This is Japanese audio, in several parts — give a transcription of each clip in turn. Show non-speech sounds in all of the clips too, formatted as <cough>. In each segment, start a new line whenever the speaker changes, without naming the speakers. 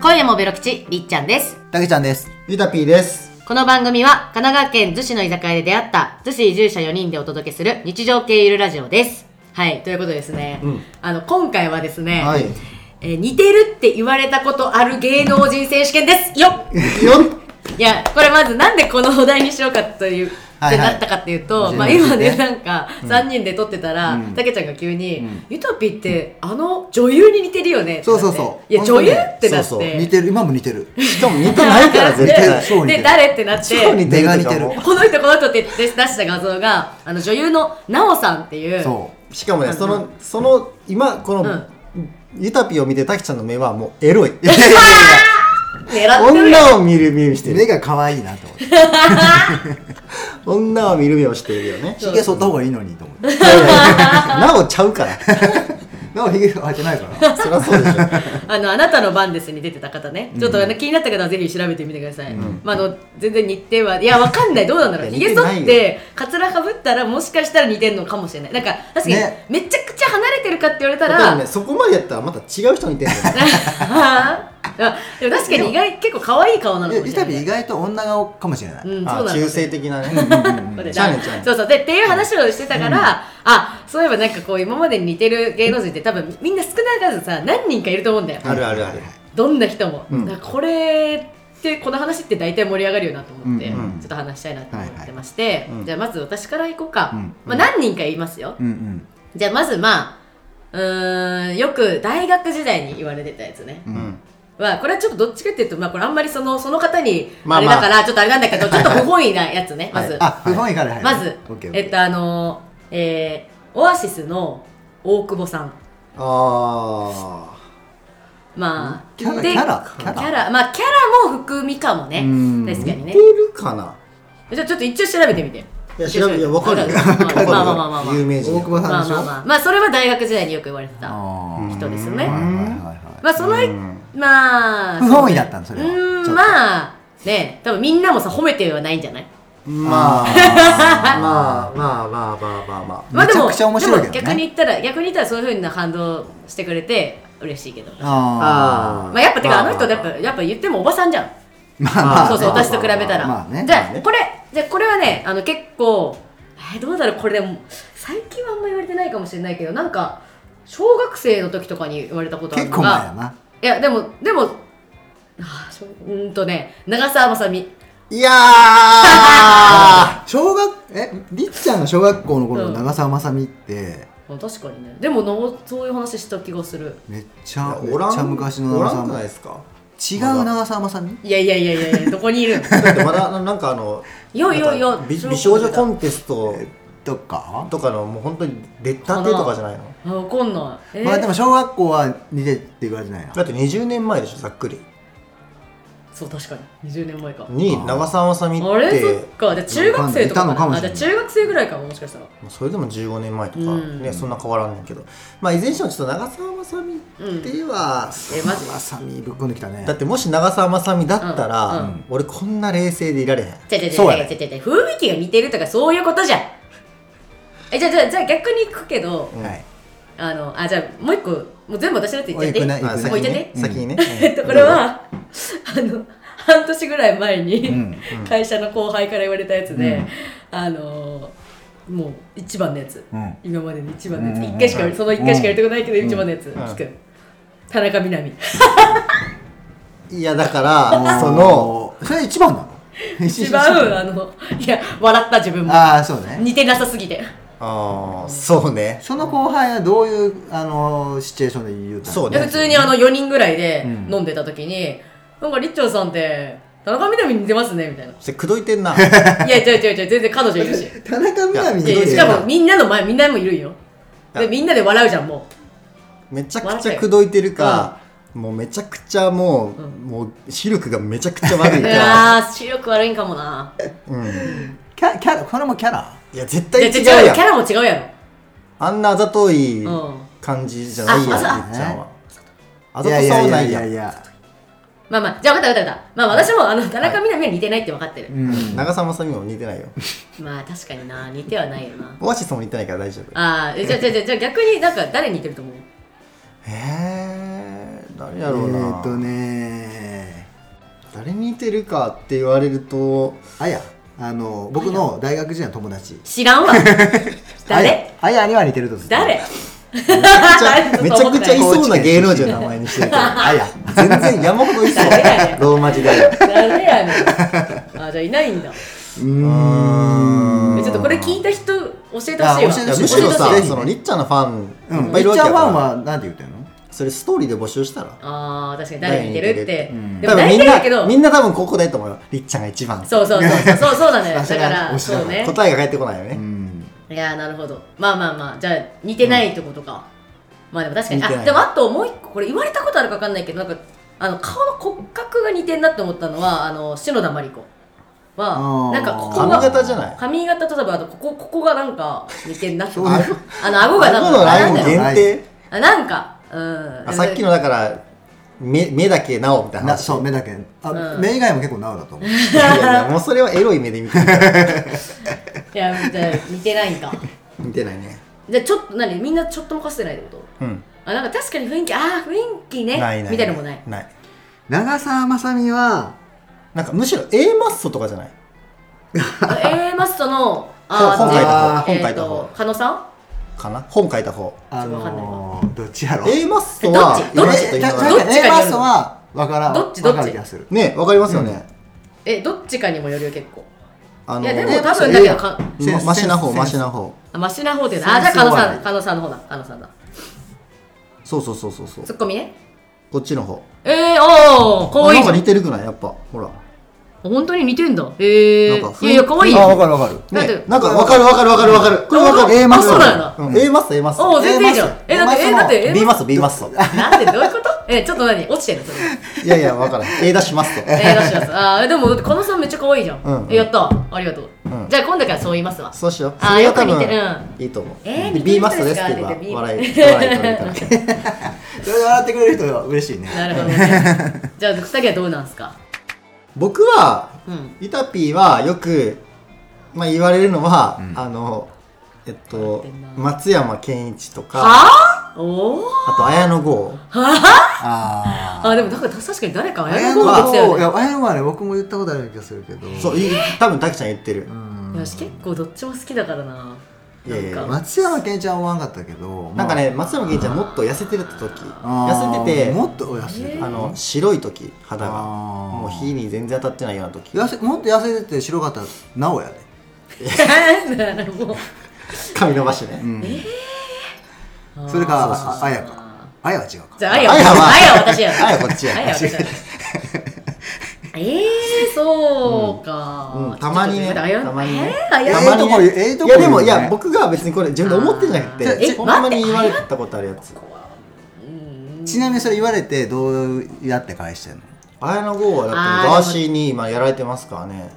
今夜もベロ吉りっちゃんです
たけちゃんです。
ゆたぴーです。
この番組は神奈川県逗子の居酒屋で出会った逗子移住者4人でお届けする日常系ゆるラジオですはいということでですね、
ん
あの今回はですね、 <laughs>
はい。
えー似てるって言われたことある芸能人選手権ですよっ
よ
いやこれまずなんでこのお題にしようかという。っ
は
て
いはい
なったかっていうと、まあ、
面
今
白いで
ね
すね
なんか3人で撮ってたら
うん
たけ、ちゃんが急に「
ん
ゆとぴってあの女優に似てるよね」ってなっ
そう
て
そうそう。
いや女優?」ってなって
そうそう似てる。今も似て
<laughs>
る。
っしかも似てないから絶
る
対。
そう似て
で
る
誰ってなって
超似て
目
る
が
と
似
か
てる
も。
この人この人って出した画像があの女優の奈緒さんっていう
そ
しかもね、その、その、今、こ
う
の
ん、
ゆたぴーを見てたきちゃんの目はもう
<laughs>
エロい。
狙ってるよ
女を見る目をし
う。
て
目
る。
が可愛いなと思って。
女を見る目をしているよね。
そう
髭剃った方がいいのにと思
<laughs>
って。
なおちゃうから。
でも髭生えてないから。
そりゃそうでしょ。
あの「あなたの番です」に出てた方ねちょっとあの気になった方はぜひ調べてみてください、まあ、あの全然日程はいやわかんないどうなんだろう
いや
ひげ
似て
剃
ないよ
ってかつらかぶったらもしかしたら似てるのかもしれないなんか確かに
ね
めちゃくちゃ離れてるかって言われた、
だから
<laughs>
らね、そこまでやったらまた違う人に似てるんだよね。
あでも確かに意外結構可愛い顔なのかも
イ
しれ
タ
な
ビ
い
意外と女顔かもしれない。
うん、 <laughs> そう
あ
なの
中性的なね。
そうだよ
チャンネルチャンネル
そうそうでっていう話をしてたから、あそういえばなんかこう今までに似てる芸能人って多分みんな少なからずさ何人かいると思うんだよ
あるあるある。
どんな人も、
うん
だからこれってこの話って大体盛り上がるよなと思って、
うん
うん
ちょっと話したいなと思
はい
っ
は
て
い
まして、
うん
じゃあまず私から行こうか、
うん
まあ、何人か言いますよ、
うんうん。
じゃあまずまあうーんよく大学時代に言われてたやつね、
う
うん。
はこれはちょっとどっちかっていうと、まあ、これあんまりそのその方に
ま
あ
あ
れ
まあ
だからちょっとあれなんだけど、ちょっと不本意なやつね、まず、
あ、不本意から入る。
まず
オッケーオッケ
え
ー
っとあのーえーオアシスの大久保さん
あ
まあ
キャラ
で
キャラ
キ
キ
ャ
ャラ
ラまあキャラも含みかもね
うん
確かに
ー。
ね
似てるかな
じゃあちょっと一応調べてみて
いや、調べ、いや、わかるよ。
わかるまあまあまあまあまあ
有名人。
大久保
ま
さん
あ
でしょ
まあまあまあそれは大学時代によく言われてた
あー
人ですよね
はいはいはい
まあその
うん
まあ
不本意だったのそれは
うー
ち
ん
ょっと
まあね多分みんなもさ褒めてはないんじゃない <laughs>
まあ、まあ、まあ、まあ、まあ、まあ、ま
まあでも
めちゃくちゃ面白いけどね
でも逆に言ったら逆に言ったらそういうふうな反応してくれて嬉しいけど
あ
あ
まあやっぱてかあの人やっぱ
まあ
やっぱ言ってもおばさんじゃん
ーまあまあ
そうそう
まあ
私と比べたら、
まあね
じゃ
ま
あ、
あね
これじゃあこれはねあの結構えーどうだろうこれでも最近はあんま言われてないかもしれないけどなんか小学生の時とかに言われたことある
結
の
構前や
が
ない
やでもでもあーしょうーんとね長澤まさみ
あ。いやー。
小学えりっちゃんが小学校の頃の長澤まさみって
あ確かにねでものそういう話した気がする
めっちゃめ
おら
っ
ん
ちゃ昔の
お
長
ら
澤
んく
ま
ない
さ
ですか
み違う長澤まさみ
いやいやいやい
<laughs>
やいやどこにいるの
だってまだななんかあの
よいよいよ
なんか美美少女コンテスト
とか
とかのもう本当に出たてとかじゃない
あ
の
わかんない、えー
まあでも小学校は似てるって言われてないな
だって20年前でしょざっくり
そう確かに20年前か
に
あー
長澤まさみっ
あれそってかじゃあ中学生とか
いたのかも
あ
し
じ
れ
ゃあ
ない
中学生ぐらいかももしかしたら
それでも15年前とか、
うん
ねそんな変わらんねんけどまあいずれにしてもちょっと長澤まさみでは、
えマジ
まさみぶっこんできたね
だってもし長澤まさみだったら、
うんう
俺こんな冷静でいられへん
違う違う違う違う
そうやね
違う違う雰囲気が似てるとかそういうことじゃんえじゃあじゃあじゃあ逆に行くけど
はい
あのあじゃあもう一個もう全部私のやつ言っちゃってい
お
い
い行くね
あ
行
そこ行っちゃって
先にね
えっ <laughs> とこれはあの半年ぐらい前に、
うん
会社の後輩から言われたやつで、あのもう一番のやつ、
うん
今までの一番のやつ、
うんうん
一回しか、
うん
その一回しかやりたくないけど、一番のやつ、
ん
聞く田中みな実
いやだからその
それ一番なの
一番あのいや笑った自分も
ああそうね
似てなさすぎて
ああそうね
その後輩はどういうあのシチュエーションで言うたの
そう
で
ね
普通にあの4人ぐらいで
うん
飲んでた時に、なんかりっちょんさんって田中みな実に似てますねみたいな
それ口説いてんな
いや違う違う違う全然彼女いる
<laughs>
し
田中みな実
いやいやしかもみんなの前みんなもいるんよ
い
で
や
みんなで笑うじゃんも
めちゃくちゃ口説いてるか、もうめちゃくちゃもう、
うん
もう視力がめちゃくちゃ悪いう
い <laughs>
か、
やー視力悪いんかもな
うん、い
キャキャラこれもキャラ
や絶
いや違
対
うキ
違う
ャ
やん
ラも違うや
あんなあざとい
ろうん
感じじゃないやん、り
あ
っちゃんはあざと
い
さ
や
はいな
やい
い
や
や
い
ん
や
まあまあじゃあ分かった分かった分かったまあ私もあの田中みな実は似てないって分かってる、
うん
長澤まさみも似てないよ
まあ確かにな似てはないよな
オアシスも似てないから大丈夫
あーじゃあじゃあじゃあじゃあ逆になんか誰に似てると思う
えー、誰
え
やろうな、
ーっとね
誰に似てるかって言われると
あやあの僕の大学時代の友達
知らん
<laughs>
わ誰
あやあやには似てるとずっと
誰
めちゃくちゃい
い
そうな芸能人の名前にしてるからあや全然山ほどいそう
誰やねん
ローマ字であや
誰やねんあじゃあいないんだ
うーん
えちょっとこれ聞いた人教えて
あ
ほ
教え
しい
て
わ
ほし
むしろ
教えてほし
さ
い
そのりっちゃんのファンいっ
め
ぱい
っ
いるわ
ちゃ
けや
フ
から
ァンはなんて言ってんの
それストーリーで募集したら
あー確かに誰に似てるって
誰に似てるっ
で
て
も
多分み
大
ん
体
な
だけど
みんな多分ここだと思うよりっちゃんが一番
そうそうそうそうそうなのよだ
さ
か
すが
ら
推しだな
そうね
答えが返ってこないよ
う
ね
ん
いやーなるほどまあまあまあじゃあ似てないってことか、まあでも確かに
似てな
あ
い
でもあともう一個これ言われたことあるか分かんないけどなんかあの顔の骨格が似てんなって思ったのはあの篠田麻里子
あ
は
ー
なんかここ
髪
が
型じゃない
髪型と多分あとここここがなんか似てんなって
そう
思う
ね
あの顎がなん
顎の
かあ
ラ
な
イ
ん
ン
だよ
限定
あなんかうん
あさっきのだから目目だけなおみたいな
な
話
そう目だけあ、
うん
目以外も結構なおだと思う
いやいやもうそれはエロい目で見てる
いやじゃあ似てないん
<laughs>
か
見てないね
じゃあちょっと何みんなちょっともかしてないってこと
うん
あなんか確かに雰囲気あー雰囲気ね
ないない
みたいなのも
<laughs>
ない
ない
長澤まさみは
なんかむしろ A マッソとかじゃない
A マストの
本書いた
あー
方本書いた
えー
方
と狩野さん
かな本書いた方
あ
ちょっとわかんない
のー、どっちやろ
A マッソは
えどっちど
今
っ
ち
ち
ょっと
え
今
な
ど
な
っ
ん
ちどっ
か
ちかによる
A マストは分からん
どっちどっち
分かる気がする
ねわかりますよね
えどっちかにもよるよ結構
あ
い
の
やで
え
も
ー
多分だけどか
センス
マシな
セ
方
ンス
マシな方
あマシな方っていうのはあじゃあ
センス
狩野さ
は
ん狩野さんの方だ狩野さんだ
そうそうそうそうそう
ツッコミね
こっちの方
えー、おおかわい
ないん
じゃ
か
ん
似てるくないやっぱほら
本当に似てんだへえ
なんか
いやいやかわいい
あ
よ
分かる分かる
だっ
ね
て
なんかわかるわかるわかるわかるこれわかる
あ
A マッソ
そうなんだ
うん A マッソ A マッ
おお
ソ
全然いいじゃん
A
えだってえだって
B
A
マッソ B マッソ
なんでどういうことえちょっと何落ちてるのそれ <laughs>
いやいやわからん A ダッシュマッソ
え出しますあーでもだって狩野さんめっちゃ可愛いじゃん、
うん
えやったありがとう、
うん
じゃあ今度からそう言いますわ
そうしよう
あー
それが多
よく似てる
分いいと思う
えー
で
似てる
B マッソですって言えば
人ですか
笑
って言
い
って
笑い取れたみた
<laughs>
いな
それで笑ってくれる人は嬉しいね
なる
<laughs>
ほどねじゃあ二人はどうなんすか
僕は
うん
イタピーはよく、まあ、言われるのは、あのえっ
笑っ
と
てんな
松山ケンイチとかあ
はあおお
と綾野剛
あ
あでもだから確かに誰か
あ
綾
や
野
の
剛って言ってたよ
は
ね
いやあやのはね僕も言ったことある気がするけど
そうい多分たくちゃん言ってる、
うん
いや私結構どっちも好きだからな。
いやいや
なんか
松山ケンちゃんは思わんかったけど
なんかね松山ケンイチはもっと痩せてる時
まあ
痩せてて
あーもっと痩せて
え
て
ー
あの白い時肌が
あー
もう日に全然当たってないような時 <laughs>
痩せもっと痩せてて白かったらなおや
<laughs>
で、
なるほ
<laughs>
ど。
髪伸ばしてね、
うんそれか
あー
ああやか。あやは違うか
じゃあ、あや、あ
あやは
やは私や。
あやこっちや
あやは私や。ええ、そうか
うん。うんたまにね
ちょっと待って
たまにね
えーあ
ええ
や
たまに
とこ言うええと
い
こ言う
や
ね
でもいや僕が別にこれ自分で思ってんじゃなく
あー
て
え
ほんま
待
に
って
言われたことあるやつ
うん
ちなみにそれ言われてどうやって返してんの
綾野剛はだって
あーでも
ガーシーに今やられてますからね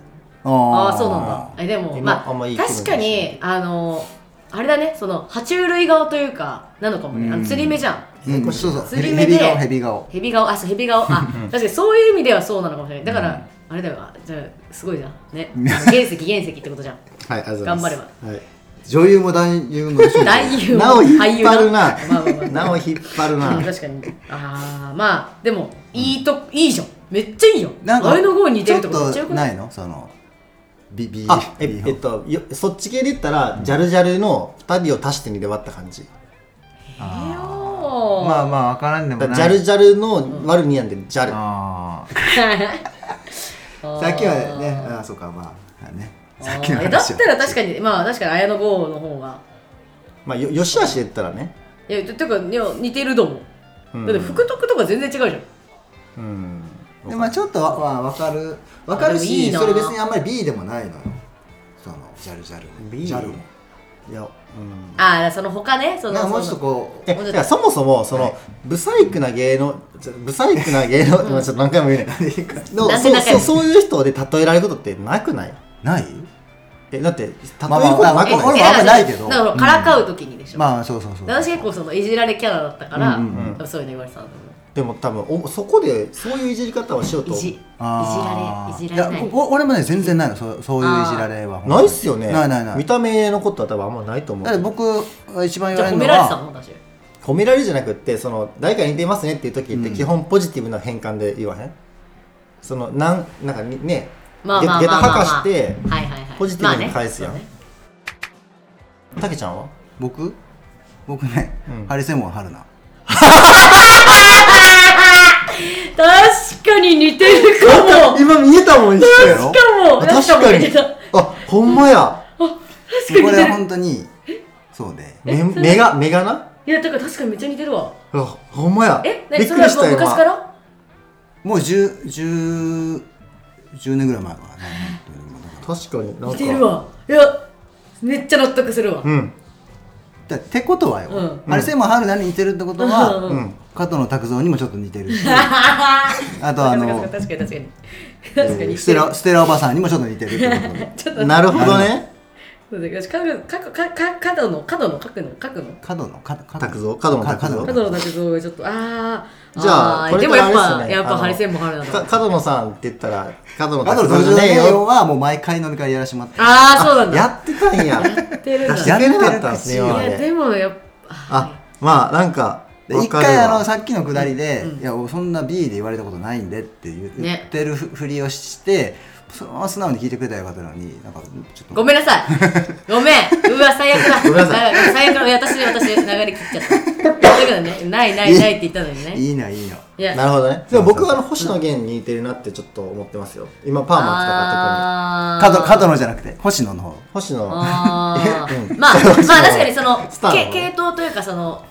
あ
あ
あ、そうなんだ。え、でも、
今
ま
あんまい
あ、
い気分じ
確
ゃ
か
ない
に、あの、あれだね、その、爬虫類顔というか、なのかもね。あの釣り目じゃん。
うん、そうそう
釣
ヘ
り
ビ
目
ヘ
で
ビ顔ヘビ顔
ヘビ顔あそうヘビ顔あ確かにそういう意味ではそうなのかもしれないだから、あれだよあじゃあすごいじゃんね原石原石ってことじゃん
はいありがとうござい
頑
ます張れば、はい
女優も男優も一緒
男優
なお引っ張る
まあまあまあま
な。
あ
なお引っ張る
うん <laughs>
な。
確かにああまあでもいいと、いいじゃんめっちゃいいよ
なんか
あれの方に似てるとこめっち
ち
ゃ
ょ
よ
っ
く
と
ない
ないのそのビビ
あ、え
ビ
えっと、よそっち系で言ったら、ジャルジャルの二人を足して二で割った感じ。
えよー
まあまあわからんで
だ
も
か
ない
らジャルジャルの割る二なんで、ジャル。
あー
あー
さっきはねあーそうかまあね
あー
さっきの
えだっ
話
たら
は
確かにまあ確かに綾野剛の方が
まあ、よ、よしあしで言ったらね。
いやててかいや似てると思う、
うん
だって福徳とか全然違うじゃん
うん。
でまあちょっとわわわかるわかる
でもいい
し
な
それ別にあんまり B でもないのよそのジャルジャル
B
ジャルも
いや、
ああその他ねその
なんか
そ
もう
の
ちょっとこ
え、だからそもそも、その、ブサイクな芸能、ちょブサイクな芸能、今ちょっと何回も言うね。の
なん
そ
で
う
仲良い
そう、そういう人で例えられることってなくないう
ない
え、だって、例えること
まあまあま
な
あ
く
え
俺も
な
俺
い
もあんまないけど
だからからかう時にでしょ、
まあそうそうそう
私結構そのいじられキャラだったから、
うん
うんうん
多分そういうの言われてたんだと思
でも多分お、そこで、そういういじり方をしよう
う
と
い。じいじら
あー
れいじられない
やお俺もね全然ないのそうそういういじられは
ないっすよね。
ないないない
見た目のことは多分あんまないと思う。
だって僕が一番
じゃ
言わ
あ
れ
褒
る
め
の
られてた
は
もん私い
褒められるじゃなくって、その、誰かに似てますねっていう時って
うん
基本ポジティブな変換で言わへん、そのなんなんかにね
まあまあ
げ
まあまあ、まあ、
下駄履かして
はいはいはい、
ポジティブに返すやん
まあね
たけちゃんは
僕僕ね、
うん
ハリセンボン春菜
そうね確かに似てるかも
今見えたもん一緒やろ
確かも
あ <laughs> 確かに
確かも
あほんまや
確かに似
これ
て
は
る
本当にそうで
め目が目がない
やだから確かにめっちゃ似てるわ
あほんまや
え
び
何
っ
そ
く
れ
りし
はも
た
う
今
昔から
もう10 10 10年ぐらい前からね本当にもうだか
確かになんか
似てるわいやめっちゃ納得するわ、
うん
らだってことはよ、
う
ハリセンボン春菜に似てるってことは、
うん
うん
加藤の拓三にもちょっと似てるし
<laughs>
あと
あ
あ
の
の
確かに確かに確かに
ステラステラおばさんにもちょっと似てるってことで
ちょっと
なるほどね
待って私書く書くかか角の角の書くの書くの
角の角角
拓三角野拓三
角のだけどちょっとあー
じゃあ
あー
これ
で
か
もやっ
らあれっす
ぱ、
よね
やっ
あ
ぱ
の
ハリセンボン春菜だ
か角野さんって言ったら角野
加
拓
藤
三
の
じゃねえ
拓三
よ
はもう毎回飲み会やらしてもらって
ああそうなんだ
やってたんや
や
<laughs>
ってるんだ
出し切れなかったんすね
や
今
っ
ま
いや
で
でもやっ
あまあなんか
で
わ
一
かる
回あの
わ
さっきのくだりで
うん
「いやそんな B で言われたことないんで」って言う
ね
言ってるふふりをしてそのまま素直に聞いてくれたらよかったのになんかちょっと
ごめんな
<laughs>
さいごめんうわ最悪だ
ごめんなさ
あ最悪だいや私私流れ切っちゃっただからねないないないって言ったのにね
いいないいない
や
なるほどねでも僕はあの星野源に似てるなってちょっと思ってますよ今パーマ使って
あ
くる
ー
角角野じゃなくて星野の方
星野
あー
うん
まあまあ
そう
確かにその
スターの
け系統というかその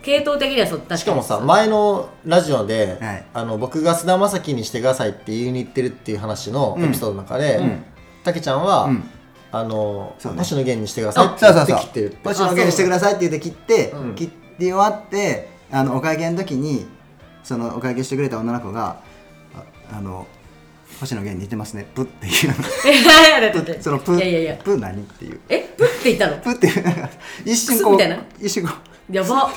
系統的にはそう確かに
しかも
<laughs>
さ前のラジオで、
はい
あの僕が菅田将暉にしてくださいって言いに行ってるっていう話のエピソードの中で
うん
たけ、ちゃんは、
うん
あの、
そうね
星野源にしてくださいって
そう
言
そう
って
そう
切ってるって
星野源にしてくださいって言って切って
うん
切り終わってあのお会計の時にそのお会計してくれた女の子が「ああの星野源似てますねプ」っていう
えいやだってだって
そのプ
いやいやいや
プ何っていう
えプって言ったの
プって <laughs> いう一瞬
クス
こ
みたいな
う一瞬こう
や
<laughs>
ば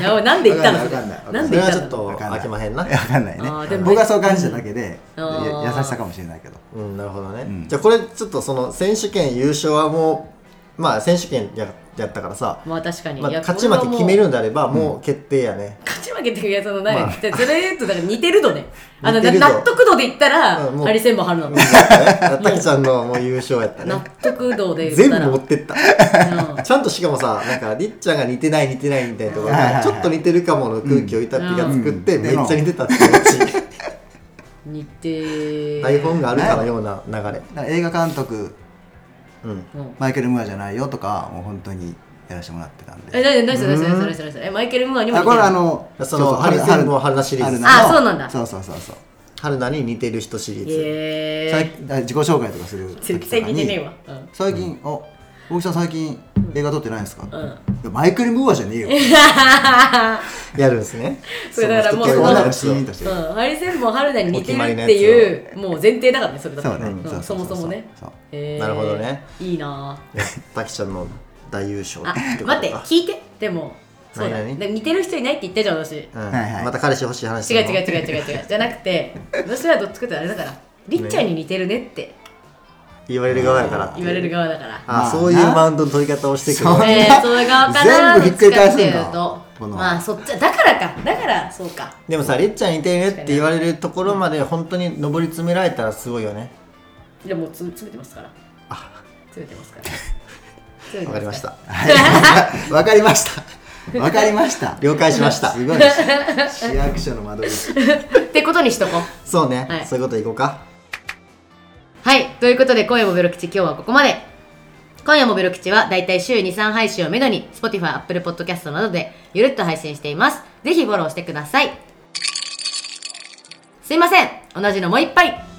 やばなんで言ったの
わ
それ
かんないわかんな
な
い
ん
そ
で
れ
言っ
は
た
ち
の
ょっと
わかんない
飽きまへんな
わかんない
あーで
ね
も
僕はそう感じただけで
う
や
んあー
優しさかもしれないけど
うんなるほどね、
ん
じゃあこれちょっとその選手権優勝はもうまあ選手権ややったからさ、
まあ確かに、
まあ、
いや
勝ち負け決め
これはもう
るんであればもう決定や
<laughs>
ね、
勝ち負けっていうやつのない、
まあ
それ言うとだから似てる度ねあの
似て
な
る度
納得度で言ったら、
うんもう
ハリセンボン春菜の
たけちゃんのもう優勝やった
納
ね
得度で言
全
ったら
部持ってった
うん
ちゃんとしかもさなんかりっちゃんが似てない似てないみたいなところ
はいはい
が
はい
ちょっと似てるかもの空気をいたっぴが作って
うん
めっちゃ似てたっていう
似て
<laughs> 台本があるかのような流れ
だから映画監督
うん
うん
マイケル・ムーアじゃないよとかもう本当にやらせてもらってたん
え
で
何何それ何それ何それ何それえマイケル・ムーアにも
あ
似て
こ
る
れあの
そのハリセンボン春菜シリー
春
ズ
菜の
あそうなんだ
そうそうそうそう
春菜に似てる人シリーズ
え
最近自己紹介とかする時
絶
とか
対
に
似てねえわ、うん
最近「あ大木さん最近映画撮ってないんですか?」
うん
いやマイケル・ムーアじゃねえよ」
やるんですね
それだからもう
そ
結
の
構
人
なんか
と結
シーンとして
構な <laughs>
る
うん、ハリセンボン春菜に似てるっていうもう前提だからねそれだったら
そうね
ん
そ
そ
うそうそう
もそもね
そう
へー
なるほどね
いいな
たけちゃんの大優勝
ぁあ
てことか
待って聞いてでもそうだね
何々
でも似てる人いないって言ったじゃん私違
うん
はいはい
また彼氏欲しい話
う違う違う違う違うじゃなくて私はどっちかってあれだからりっちゃんに似てるねって
言われる側やから
言われる側だから
あ
まあ
そういうマウントの取り方をしてく
そう
る
えー、それ側かな
全部ひっくり返すん
どっち
だ
かっていうと
この
まあそっちだからかだからそうか
でもさりっちゃん似てるねって言われるところまで本当に上り詰められたらすごいよね
いやもうつ詰めてますから詰めてますから詰めてすら
わかりました
わかりましたわかりました
<laughs>
了解しました
すごいです市役所の窓口
ってことにしとこう
そうね、
はい
そういうこといこうか
はい、ということで今夜もベロ吉今日はここまで。今夜もベロ吉はだいたい週2、3配信をめどに Spotify、Apple Podcast などでゆるっと配信しています。ぜひフォローしてください。すいません、同じのもう一杯。